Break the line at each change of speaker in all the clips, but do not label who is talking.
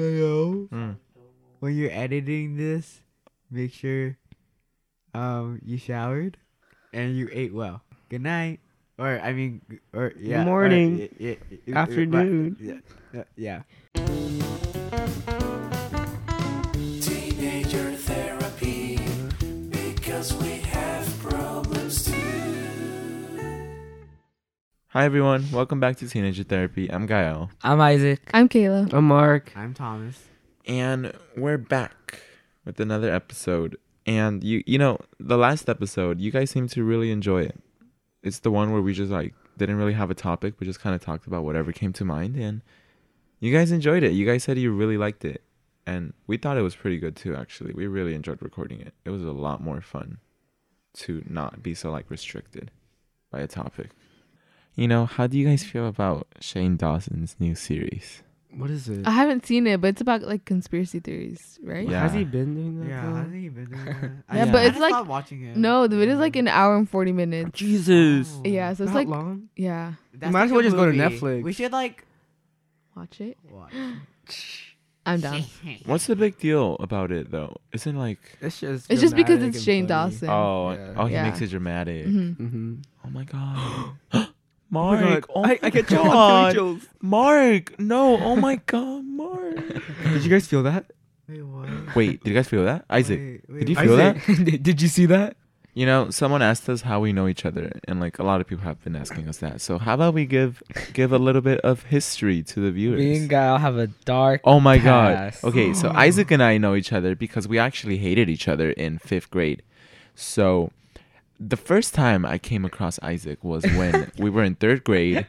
Kayo,
Mm.
when you're editing this, make sure um you showered and you ate well. Good night. Or I mean, g- or yeah, or,
morning,
y- y- y- y-
afternoon.
Yeah, yeah, yeah.
Teenager therapy because we have problems too.
Hi everyone, welcome back to Teenager Therapy. I'm Gael,
I'm Isaac.
I'm Kayla.
A mark.
I'm Thomas.
and we're back with another episode. And you, you know, the last episode, you guys seem to really enjoy it. It's the one where we just like didn't really have a topic, but just kind of talked about whatever came to mind, and you guys enjoyed it. You guys said you really liked it, and we thought it was pretty good too. Actually, we really enjoyed recording it. It was a lot more fun to not be so like restricted by a topic. You know, how do you guys feel about Shane Dawson's new series?
What is it?
I haven't seen it, but it's about like conspiracy theories, right?
Yeah.
Has he been doing that?
Yeah,
though?
I think you've been doing that. I-
Yeah,
I
but it's
just
like-
stopped watching it.
No, the video's like an hour and forty minutes.
Jesus.
Oh.
Yeah, so it's
That
like
long?
yeah,
That's
Might as
like
well
a
just go to
movie.
Netflix.
We should like
watch it.
watch.
I'm down.
What's the big deal about it though? Isn't like
It's just.
It's just because
dramatic
it's
and
Shane
funny.
Dawson.
oh
Yeah.
oh he
Yeah.
makes it dramatic.
Mhm.
Mhm.
Oh my god.
Oh my
Mark,
God.
oh
I, I
my
get chills.
god.
I'm getting chills.
Mark, no, oh my god, Mark.
Did you guys feel that?
Wait, what?
Wait, did you guys feel that? Isaac,
Wait, wait,
did you
what?
feel that?
Isaac, Did you see that?
You know, someone asked us how we know each other and like a lot of people have been asking us that. So how about we give give a little bit of history to the viewers?
Me and Guile have a dark.
Oh my
Pass.
god. Okay, so Isaac and I know each other because we actually hated each other in fifth grade. So the first time I came across Isaac was when we were in third grade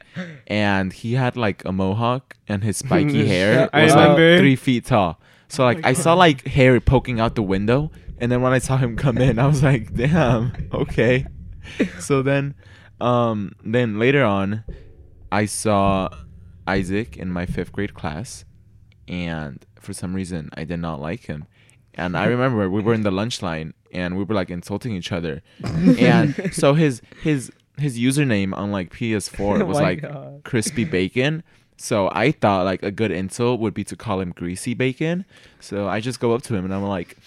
and he had like a mohawk and his spiky hair
I
was like
remember.
three feet tall. So like I saw like hair poking out the window and then when I saw him come in, I was like, damn, okay. So then um then later on I saw Isaac in my fifth grade class, and for some reason I did not like him. And I remember we were in the lunch line and we were like insulting each other. and so his his his username on like PS4
Oh
was
my
like
God.
crispy bacon. So I thought like a good insult would be to call him greasy bacon. So I just go up to him and I'm like,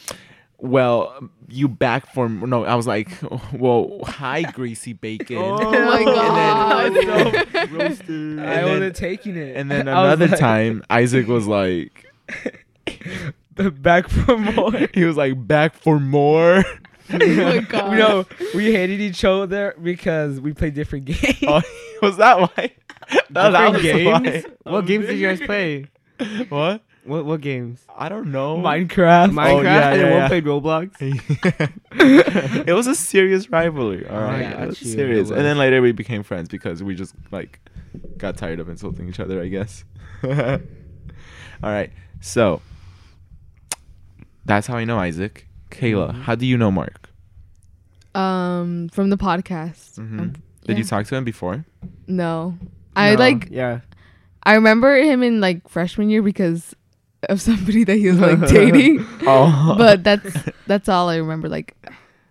"Well, you back for no." I was like, "Well, hi, greasy bacon."
Oh my god.
roasted.
I wasn't taking it.
And then
I was
another
like,
time, Isaac was like,
back for more.
he was like, back for more.
oh my god.
no, we hated each other because we played different games.
Oh, was that why? No, that was
Different games?
why.
What games did you guys play?
What?
What what games?
I don't know.
Minecraft.
Minecraft
Oh. yeah,
and then
yeah,
one
yeah.
played Roblox.
it was a serious rivalry. All
I
right,
got
it was
you.
serious.
It
And then
was.
later we became friends because we just like got tired of insulting each other, I guess. all right, so that's how I know Isaac. Kayla, how do you know Mark?
Um, from the podcast.
Mhm.
Um,
Did you
yeah.
talk to him before?
No, I
No,
like.
Yeah.
I remember him in like freshman year because of somebody that he was like dating.
Oh,
but that's that's all I remember. Like,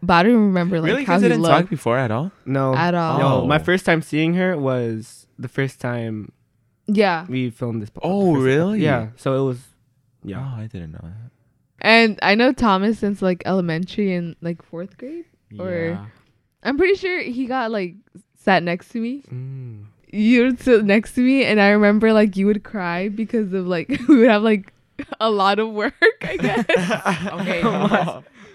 but I don't remember like
really?
how
Guys
he
didn't talk
looked
before at all.
No.
at all.
Oh.
No. My first time seeing her was the first time
Yeah,
we filmed this. po-
Oh,
the first-
really?
Yeah. So it was. Yeah.
Oh, I didn't know that.
and I know Thomas since like elementary and like fourth grade. Or-
Yeah.
I'm pretty sure he got like sat next to me.
Mm.
You would sit next to me, and I remember like you would cry because of like we would have like a lot of work. I guess.
Okay,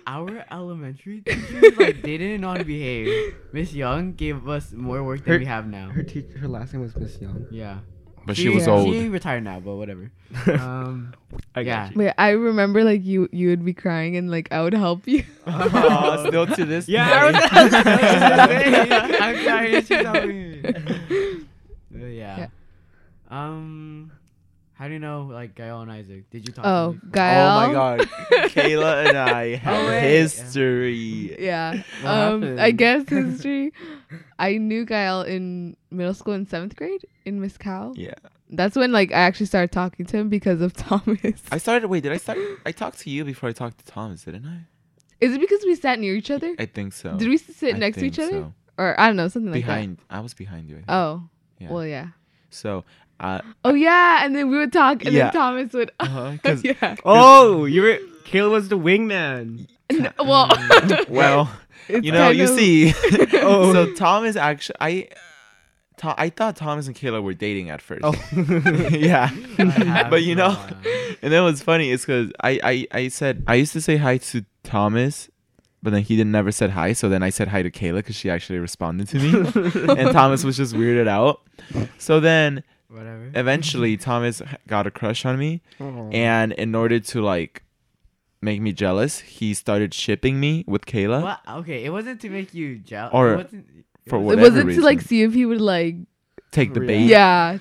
our elementary teachers like didn't know how to behave. Miss Young gave us more work than
Her-
we have now.
Her teacher. Her last name was Miss Young.
Yeah,
But she was
Yeah.
old.
She retired now, but whatever. Um,
I
yeah.
Wait, I remember like you you would be crying, and like I would help you.
Aw, Oh, still to this
Yeah,
day.
I'm sorry, she's helping me. Uh, yeah.
Yeah.
Um, how do you know like Gael and Isaac? Did you talk?
Oh,
to them?
Gael.
Oh my god. Kayla and I have
Oh,
wait.
history.
Yeah.
What
Um, I
happened?
guess history. I knew Gael in middle school in seventh grade in Miss Cow.
Yeah.
That's when like I actually started talking to him because of Thomas.
I started wait, did I start I talked to you before I talked to Thomas, didn't I?
Is it because we sat near each other?
I think so.
Did we s- sit
I
next to
think
each other?
so.
Or I don't know, something like
behind I was behind you, I think.
that. Oh.
Yeah.
Well, yeah.
So uh, I,
Oh yeah, and then we would talk, and
Yeah.
then Thomas would.
uh, 'cause-
yeah.
Oh, you were Caleb was the wingman.
N- Well,
well,
it's
you know,
kind
you
of- Oh.
see. So Thomas actually, I, uh, Tho- I thought Thomas and Kayla were dating at
Oh.
Oh.
first. yeah. but you know, and then what's funny is because I, I, I said, I used to say hi to Thomas, but then he didn't never said hi. So then I said hi to Kayla because she actually responded to me. and Thomas was just weirded out. So then
Whatever.
eventually Thomas got a crush on me. And in order to like make me jealous, he started shipping me with Kayla.
What? Okay, it wasn't to make you jealous.
Or for
it
whatever
wasn't to like
reason.
see if he would like.
Take the bait.
Yeah,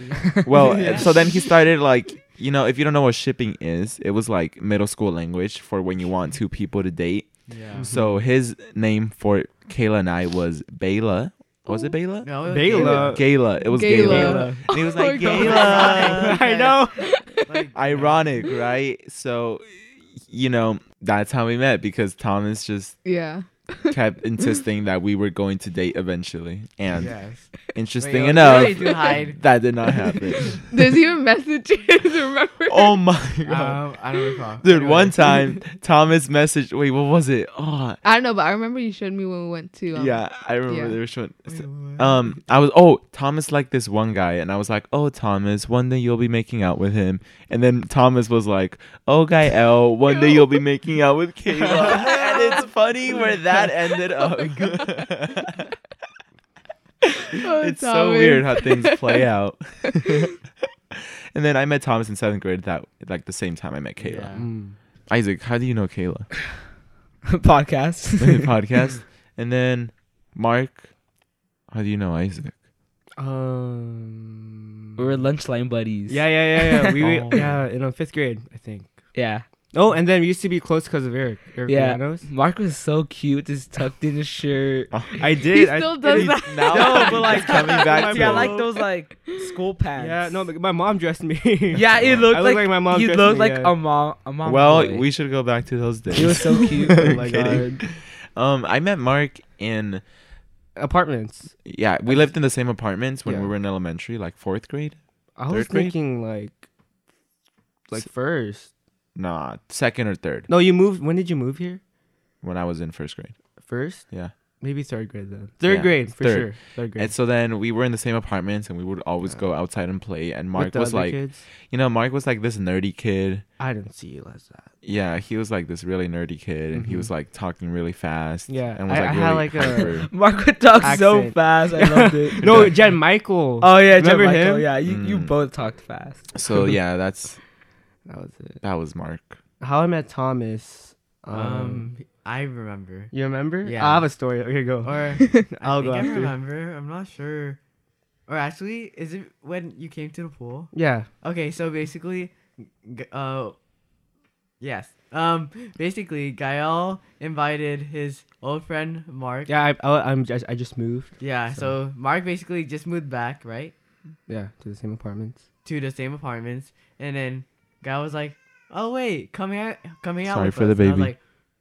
Well,
Yeah.
so then he started like, you know, if you don't know what shipping is, it was like middle school language for when you want two people to date.
Yeah.
So his name for Kayla and I was Bayla. Was it Bayla?
No, it was
Bela.
Gayla. It was
Gayla.
Gayla. And he was
Oh my
like,
God.
Gayla.
I know.
Caleb. Like,
Ironic, right? So, you know, that's how we met because Thomas just
yeah.
kept insisting that we were going to date eventually. And
yes.
interesting
Wait,
enough,
really do hide.
that did not happen.
There's even messages. Remember?
oh my god.
Uh,
Um, I don't recall.
Dude, one
Anyway.
time Thomas messaged. Wait, what was it? Oh,
I don't know, but I remember you showed me when we went to. Um,
yeah, I remember
yeah.
there was one.
Wait, what?
Um, I was oh Thomas liked this one guy, and I was like, oh Thomas, one day you'll be making out with him. And then Thomas was like, oh guy L, one day you'll be making out with Kayla. and it's funny where that ended up.
Oh,
it's so
Thomas.
weird how things play out. and then I met Thomas in seventh grade. That like the same time I met Kayla.
Yeah.
Mm.
Isaac, how do you know Kayla?
podcast.
podcast. And then Mark, how do you know Isaac?
Um.
we were lunchline buddies.
Yeah, yeah, yeah, yeah. We, we-
Oh.
yeah, in uh, fifth grade, I think.
yeah.
Oh, and then we used to be close because of Eric. Eric
Yeah.
Pianos.
Mark was so cute, just tucked in his shirt.
I did.
He
I-
still does
He's
that.
now
No, but like-
coming back to
yeah,
it.
like those like school pants.
Yeah, no, but my mom dressed me.
Yeah, it looked
I look
like,
like my mom.
He
dressed me,
looked like um,
yeah.
a mom. A mom.
Well,
boy.
we should go back to those days.
He was so cute.
Oh my
Kidding.
god.
um, I met Mark in
Apartments.
yeah, we lived in the same apartments when
Yeah.
we were in elementary, like fourth grade.
I was
Third grade?
thinking like, like
S-
first.
Nah, second or third
No, you moved. When did you move here?
when I was in first grade.
First.
Yeah.
Maybe third grade then. Third
Yeah,
grade for
third.
sure. Third grade.
And so then we were in the same apartments, and we would always go outside and play. And
With
Mark
the
was
other
like,
kids.
you know, Mark was like this nerdy kid.
I didn't see you as that.
Yeah, he was like this really nerdy kid, and he was like talking really fast.
Mm-hmm. Yeah,
and was
I-
like
I
really
had, like, a-
hyper.
Mark would talk so
Accent.
fast. I loved it.
No, Jen Michael.
Oh yeah, Jen
Remember
Michael,
him?
Yeah, you, you
Mm.
both talked fast.
So yeah, that's
that was it.
that was Mark.
How I Met Thomas. Um,
Um, I remember.
you remember?
yeah.
I have a story. Okay, go.
Or
I'll
I think I
go after.
remember. I'm not sure. Or actually, is it when you came to the pool?
Yeah.
Okay, so basically, g- uh, yes. Um, basically, Gael invited his old friend Mark.
Yeah. I, I, I'm just. I just moved.
Yeah. So Mark basically just moved back, right,
Yeah. To the same apartments.
to the same apartments, and then Gael was like, "Oh wait, come here, come hang out."
Sorry
with
for
us."
the
And I was
baby.
like,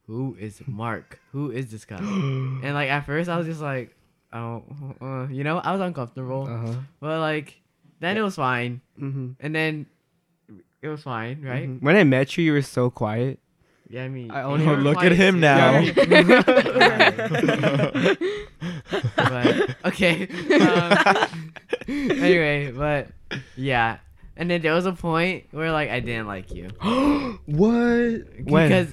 who is Mark? Who is this guy? and like at first, I was just like, oh, uh, you know, I was uncomfortable.
Uh-huh.
Uh huh.
But like, then it was fine,
Mm-hmm.
and then it was fine, right?
Mm-hmm.
When I met you, you were so quiet.
Yeah, I mean,
I only-
you were
Look
quiet
at him
too.
now.
but okay. Um, anyway, but yeah, and then there was a point where like I didn't like you
What? When?
because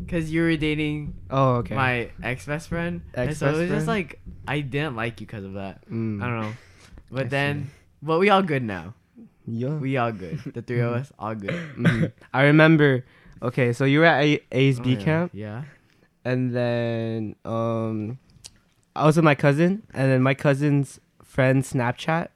because you were dating
oh, okay.
my ex best friend, and so it was
Ex-best friend?
just like I didn't like you because of that.
Mm.
I don't know, but then. But we all good now.
Yeah.
We all good. The three of us all good.
Mhm. I remember. Okay, so you were at A- ASB
Oh, yeah.
camp,
Yeah.
and then um, I was with my cousin, and then my cousin's friend Snapchat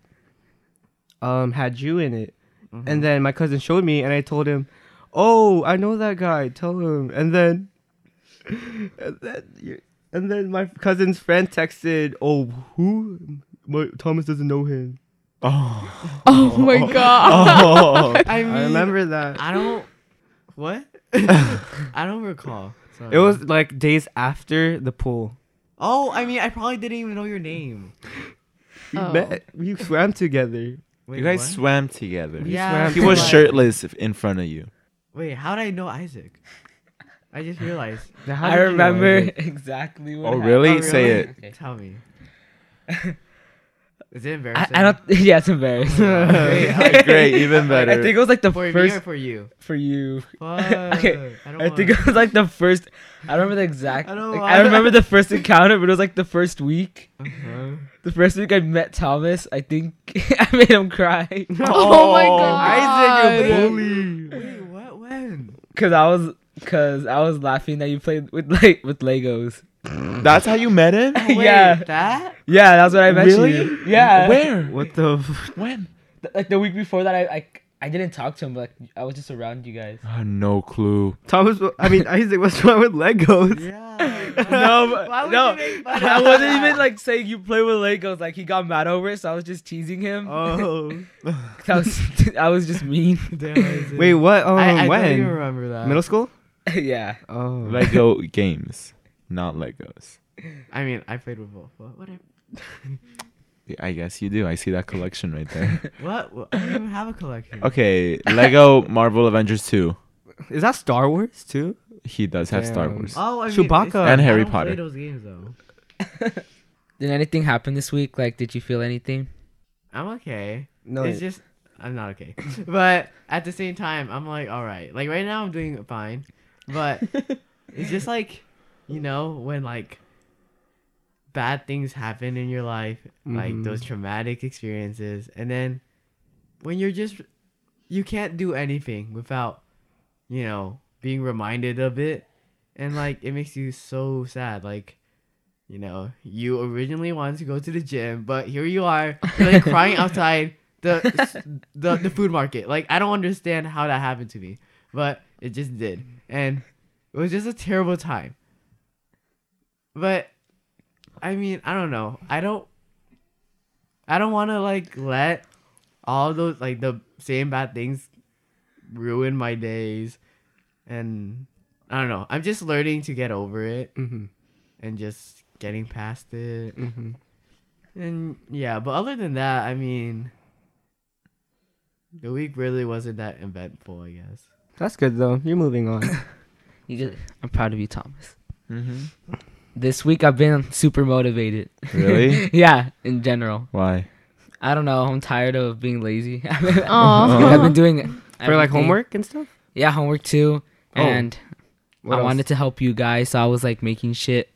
um had you in it,
Mm-hmm.
Mm-hmm.
and then my cousin showed me, and I told him, "Oh, I know that guy. Tell him." And then, and then, you, and then my cousin's friend texted, "Oh, who? My, Thomas doesn't know him."
Oh,
Oh my god.
oh.
I, mean,
I remember that.
I don't. What? I don't recall. Sorry.
It was like days after the pool.
Oh, I mean, I probably didn't even know your name.
We
Oh.
met. We swam together.
Wait,
you guys
what?
swam together.
We Yeah,
He was
Like-
shirtless if- in front of you.
Wait, how did I know Isaac? I just realized.
I remember exactly what
Oh,
happened.
really?
Oh,
Say it.
Okay.
Tell me. Is it
I,
embarrassing?
I don't. Yeah, it's embarrassing.
Okay,
Great, even better.
I think it was like the
for me or
first
for you.
for you.
Fuck.
Okay,
I don't
I think
wanna-
it was like the first. I don't remember the exact.
I don't
like,
wanna-
I remember the first encounter, but it was like the first week.
Uh-huh.
The first week I met Thomas, I think I made him cry
Oh, my
Oh,
god.
Isaac, you're
Wait.
Wait, what? When?
because I was because I was laughing that you played with like with Legos.
That's how you met him?
Wait,
Yeah.
That?
Yeah, that's what I met
Really?
you. Yeah.
Where?
What the? F-
When?
Th- Like the week before that, I I, I didn't talk to him, but like, I was just around you guys.
I have Uh, no clue.
Thomas, I mean Isaac, what's wrong with Legos?
yeah.
No, but-
Why would
no.
you make fun of
I wasn't
that?
even like saying you play with Legos. Like he got mad over it, so I was just teasing him.
Oh,
I was I was just mean.
damn, Isaac.
Wait, what? Um,
I, I don't even
when?
remember that.
Middle school?
yeah.
Oh,
Lego games, not Legos.
I mean, I played with both. What? What?
Yeah, I guess you do. I see that collection right there.
What? what? I don't even have a collection.
Okay, Lego Marvel Avengers 2.
is that Star Wars too?
He does have Star
Damn.
Wars.
Oh, I mean,
Chewbacca.
it's-
And
I
Harry
don't play
Potter.
those games though.
Did anything happen this week? Like, did you feel anything?
I'm okay.
No,
it's just I'm not okay. but at the same time, I'm like, all right. Like right now, I'm doing fine. But it's just like, you know, when like bad things happen in your life, like those traumatic experiences, and then when you're just you can't do anything without, you know, being reminded of it, and like it makes you so sad. Like you know, you originally wanted to go to the gym, but here you are, you're, like crying outside the, the the food market. Like I don't understand how that happened to me, but it just did, and it was just a terrible time. But I mean, I don't know. I don't. I don't want to like let all those like the same bad things ruin my days, and I don't know. I'm just learning to get over it
hmm
and just getting past it.
hmm
And yeah, but other than that, I mean, the week really wasn't that eventful, I guess.
That's good though. You're moving on.
You just, I'm proud of you, Thomas.
Mm-hmm.
This week I've been super motivated.
Really?
yeah, in general.
Why?
I don't know. I'm tired of being lazy.
Aw.
I've been doing
For like
everything.
homework and stuff.
Yeah, homework too.
Oh,
and
What
I
else?
wanted to help you guys, so I was like making shit.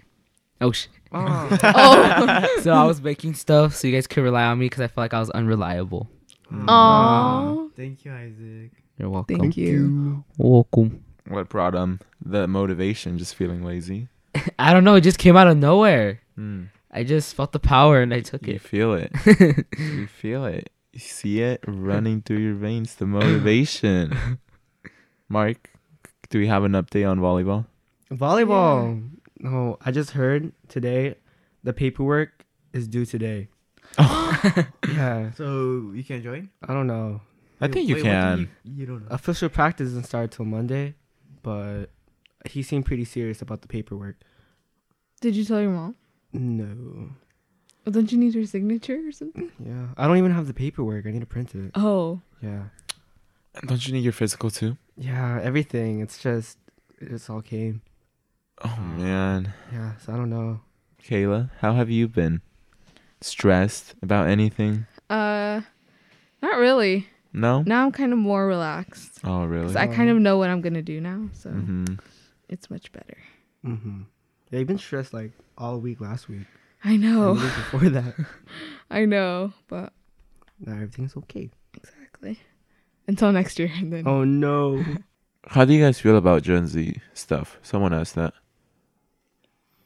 Oh shit.
Oh.
so I was making stuff so you guys could rely on me because I felt like I was unreliable.
Aw.
Thank you, Isaac.
You're welcome.
Thank you.
Welcome.
What brought him? The motivation, just feeling lazy.
I don't know. It just came out of nowhere.
Mm.
I just felt the power and I took
You
it.
feel it. you feel it. You see it running through your veins, the motivation. Mark, do we have an update on volleyball?
Volleyball. Oh, I just heard today the paperwork is due today. Oh. yeah,
So you can join?
I don't know.
I
Wait,
think you
wait, what
can.
do You, you don't know.
Official practice doesn't start till Monday, but he seemed pretty serious about the paperwork.
Did you tell your mom?
No.
Oh, Don't you need her signature or something?
Yeah, I don't even have the paperwork. I need to print it.
Oh.
Yeah.
Don't you need your physical too?
Yeah, everything. It's just it's all came.
Oh man,
Yeah, so I don't know.
Kayla, how have you been? Stressed about anything?
Uh, not really.
No.
Now I'm kind of more relaxed.
Oh really?
'Cause I kind of know what I'm going to do now. So
hmm
it's much better.
Mhm. Yeah, you've been stressed like all week last week.
I
and
know.
the week before that.
I know. But
Now everything's okay.
exactly. Until next year. And then.
Oh no.
How do you guys feel about Gen Z stuff? Someone asked that.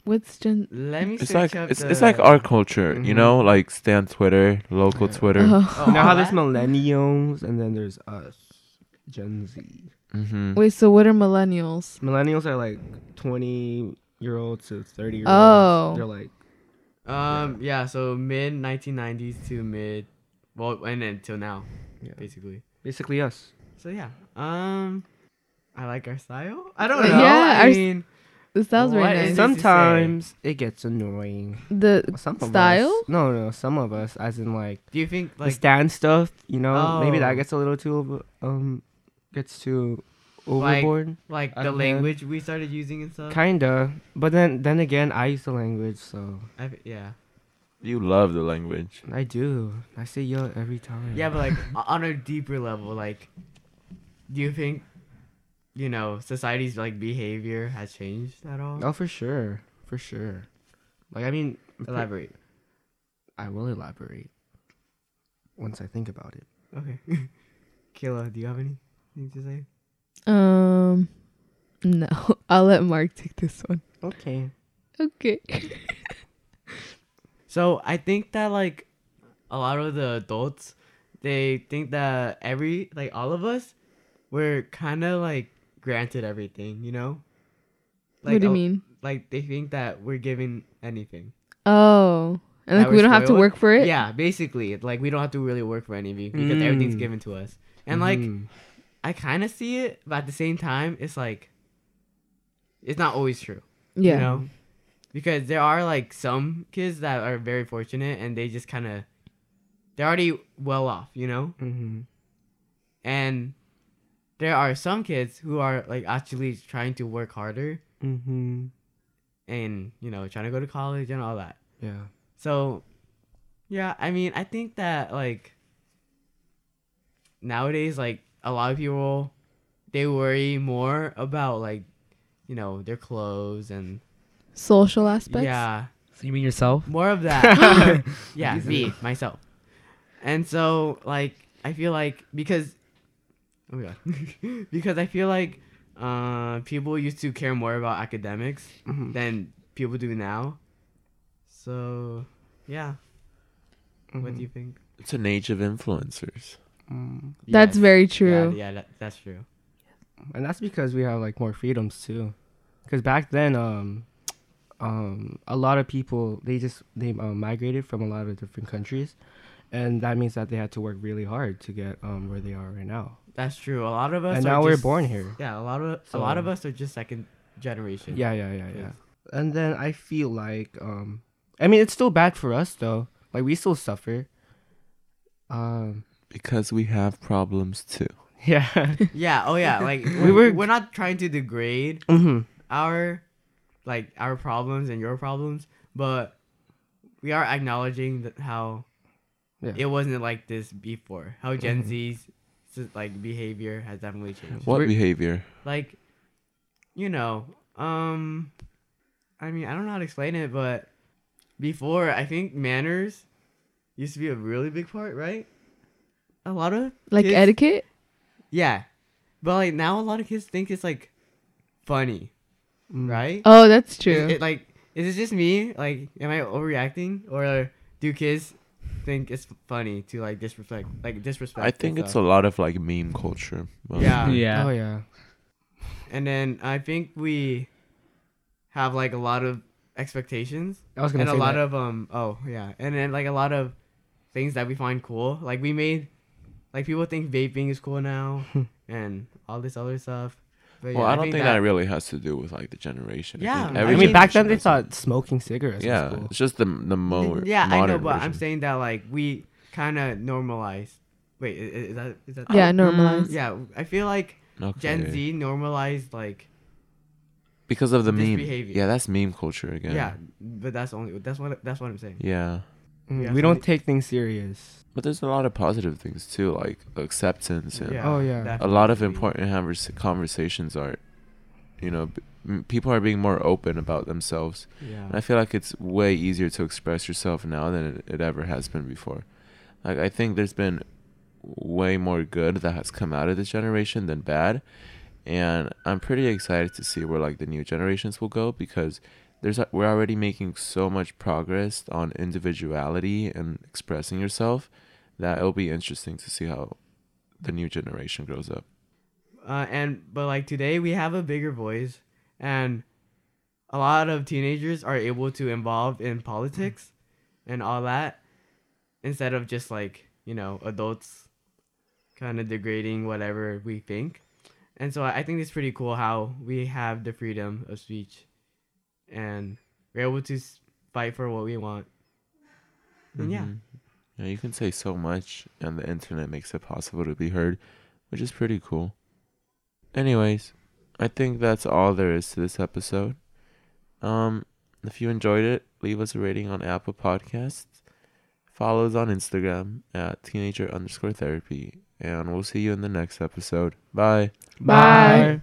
What's Gen.
Let me
It's like
search up
it's,
the...
it's like our culture, you
Mhm.
know, like stay on Twitter, local
Yeah.
Twitter.
Oh.
Oh,
You know how there's
what?
millennials and then there's us, Gen Z.
hmm
Wait, so what are millennials?
Millennials are like 20 year olds to 30 year olds.
Oh.
They're like,
Um, yeah, so mid 1990s to mid, well, and until now,
yeah,
basically.
basically us.
So yeah, um, I like our style. I don't know.
Yeah,
I
our s-
mean,
This sounds
What
very
is
nice.
this?
Sometimes it gets annoying.
the
Some of
Style?
Us, no, no. Some of us, as in like,
Do you think
the
like
stand stuff. You know, maybe
Oh.
that gets a little too um gets too overboard.
like
I
the
don't know.
language we started using and stuff?
Kinda, but then then again, I use the language, so
I, yeah.
You love the language.
I do. I say yo every time.
Yeah, but like o- on a deeper level, like, do you think, you know, society's like behavior has changed at all?
oh, for sure, for sure. Like I mean,
Elaborate.
I will elaborate once I think about it.
Okay. Kayla, do you have anything to say?
Um, no, I'll let Mark take this one.
Okay.
Okay.
So I think that like a lot of the adults, they think that every like all of us, we're kind of like granted everything, you know.
what do you
oh,
mean?
Like they think that we're given anything.
Oh, and
that
like we
we're
don't have to
spoiled?
work for it.
Yeah, basically, like we don't have to really work for anything because everything's
Mm.
given to us. And like
Mhm.
I kind of see it, but at the same time, it's like it's not always true.
Yeah.
you know because there are like some kids that are very fortunate and they just kind of they're already well off you know
Mhm.
and there are some kids who are like actually trying to work harder
Mhm.
and you know trying to go to college and all that
Yeah.
so yeah i mean i think that like nowadays like a lot of people they worry more about like you know their clothes and
Social aspects.
yeah
So you mean yourself?
More of that. yeah, me, myself. And so, like, I feel like because, oh my god, because I feel like uh, people used to care more about academics
Mhm.
than people do now. So, yeah.
Mm-hmm.
What do you think?
It's an age of influencers.
Mm.
That's
Yes.
very
Yeah,
true.
yeah that, that's true.
and that's because we have like more freedoms too because back then um um a lot of people they just they um, migrated from a lot of different countries and that means that they had to work really hard to get um where they are right now
That's true. A lot of us.
and
are
now we're
just-
born here
Yeah, a lot of a lot of
So-
us are just second generation.
yeah yeah yeah yeah
Yes.
and then i feel like um i mean it's still bad for us though like we still suffer um
Because we have problems too.
yeah
Yeah. Oh yeah. Like we were.
We were-
We're not trying to degrade
hmm
our like our problems and your problems, but we are acknowledging that how
Yeah.
it wasn't like this before. How Gen Z's s- like behavior has definitely changed.
What
We're-
behavior?
Like, you know, um, I mean, I don't know how to explain it, but before I think manners used to be a really big part, right? A lot of
Like
kids-
etiquette.
yeah, but like now a lot of kids think it's like funny, right?
Oh, that's true.
Is it like is it just me? Like, am I overreacting, or do kids think it's funny to like disrespect, like disrespect?
I think
and
it's a
stuff?
lot of like meme culture. mostly.
Yeah.
Yeah.
oh yeah
And then I think we have like a lot of expectations
i was gonna
and a
say
lot of
that.
um. Oh yeah, and then like a lot of things that we find cool. Like we made, like people think vaping is cool now, and all this other stuff. But
Well, I don't think, that, really has to do with like the generation.
Yeah,
think
I
every
i mean back
generation
then they
has some-
thought smoking cigarettes
Yeah,
was cool.
it's just the the more.
yeah, I know,
modern
but I'm
version.
saying that like we kind of normalize. Wait, i- i- is that is that?
yeah, normalized.
Yeah, I feel like
Okay.
Gen Z normalized like
because of the
this
meme.
behavior.
Yeah, that's meme culture
yeah.
again.
but that's only that's what that's what I'm saying.
Yeah.
Mm,
Yeah.
we don't take things serious
But there's a lot of positive things too, like acceptance and
Oh, yeah.
a lot of
definitely.
important convers- conversations are, you know, b- m- people are being more open about themselves. And I
Yeah,
feel like it's way easier to express yourself now than it, it ever has been before. Like I think there's been way more good that has come out of this generation than bad, and I'm pretty excited to see where like the new generations will go because there's a- we're already making so much progress on individuality and expressing yourself that it'll be interesting to see how the new generation grows up.
uh, and but like today we have a bigger voice, and a lot of teenagers are able to involve in politics and all that instead of just like you know adults kind of degrading whatever we think. And so I I think it's pretty cool how we have the freedom of speech and we're able to s- fight for what we want. And yeah,
Mhm. Yeah, you can say so much, and the internet makes it possible to be heard, which is pretty cool. Anyways, I think that's all there is to this episode. Um, if you enjoyed it, leave us a rating on Apple Podcasts. Follow us on Instagram at teenager underscore therapy, and we'll see you in the next episode. Bye.
Bye.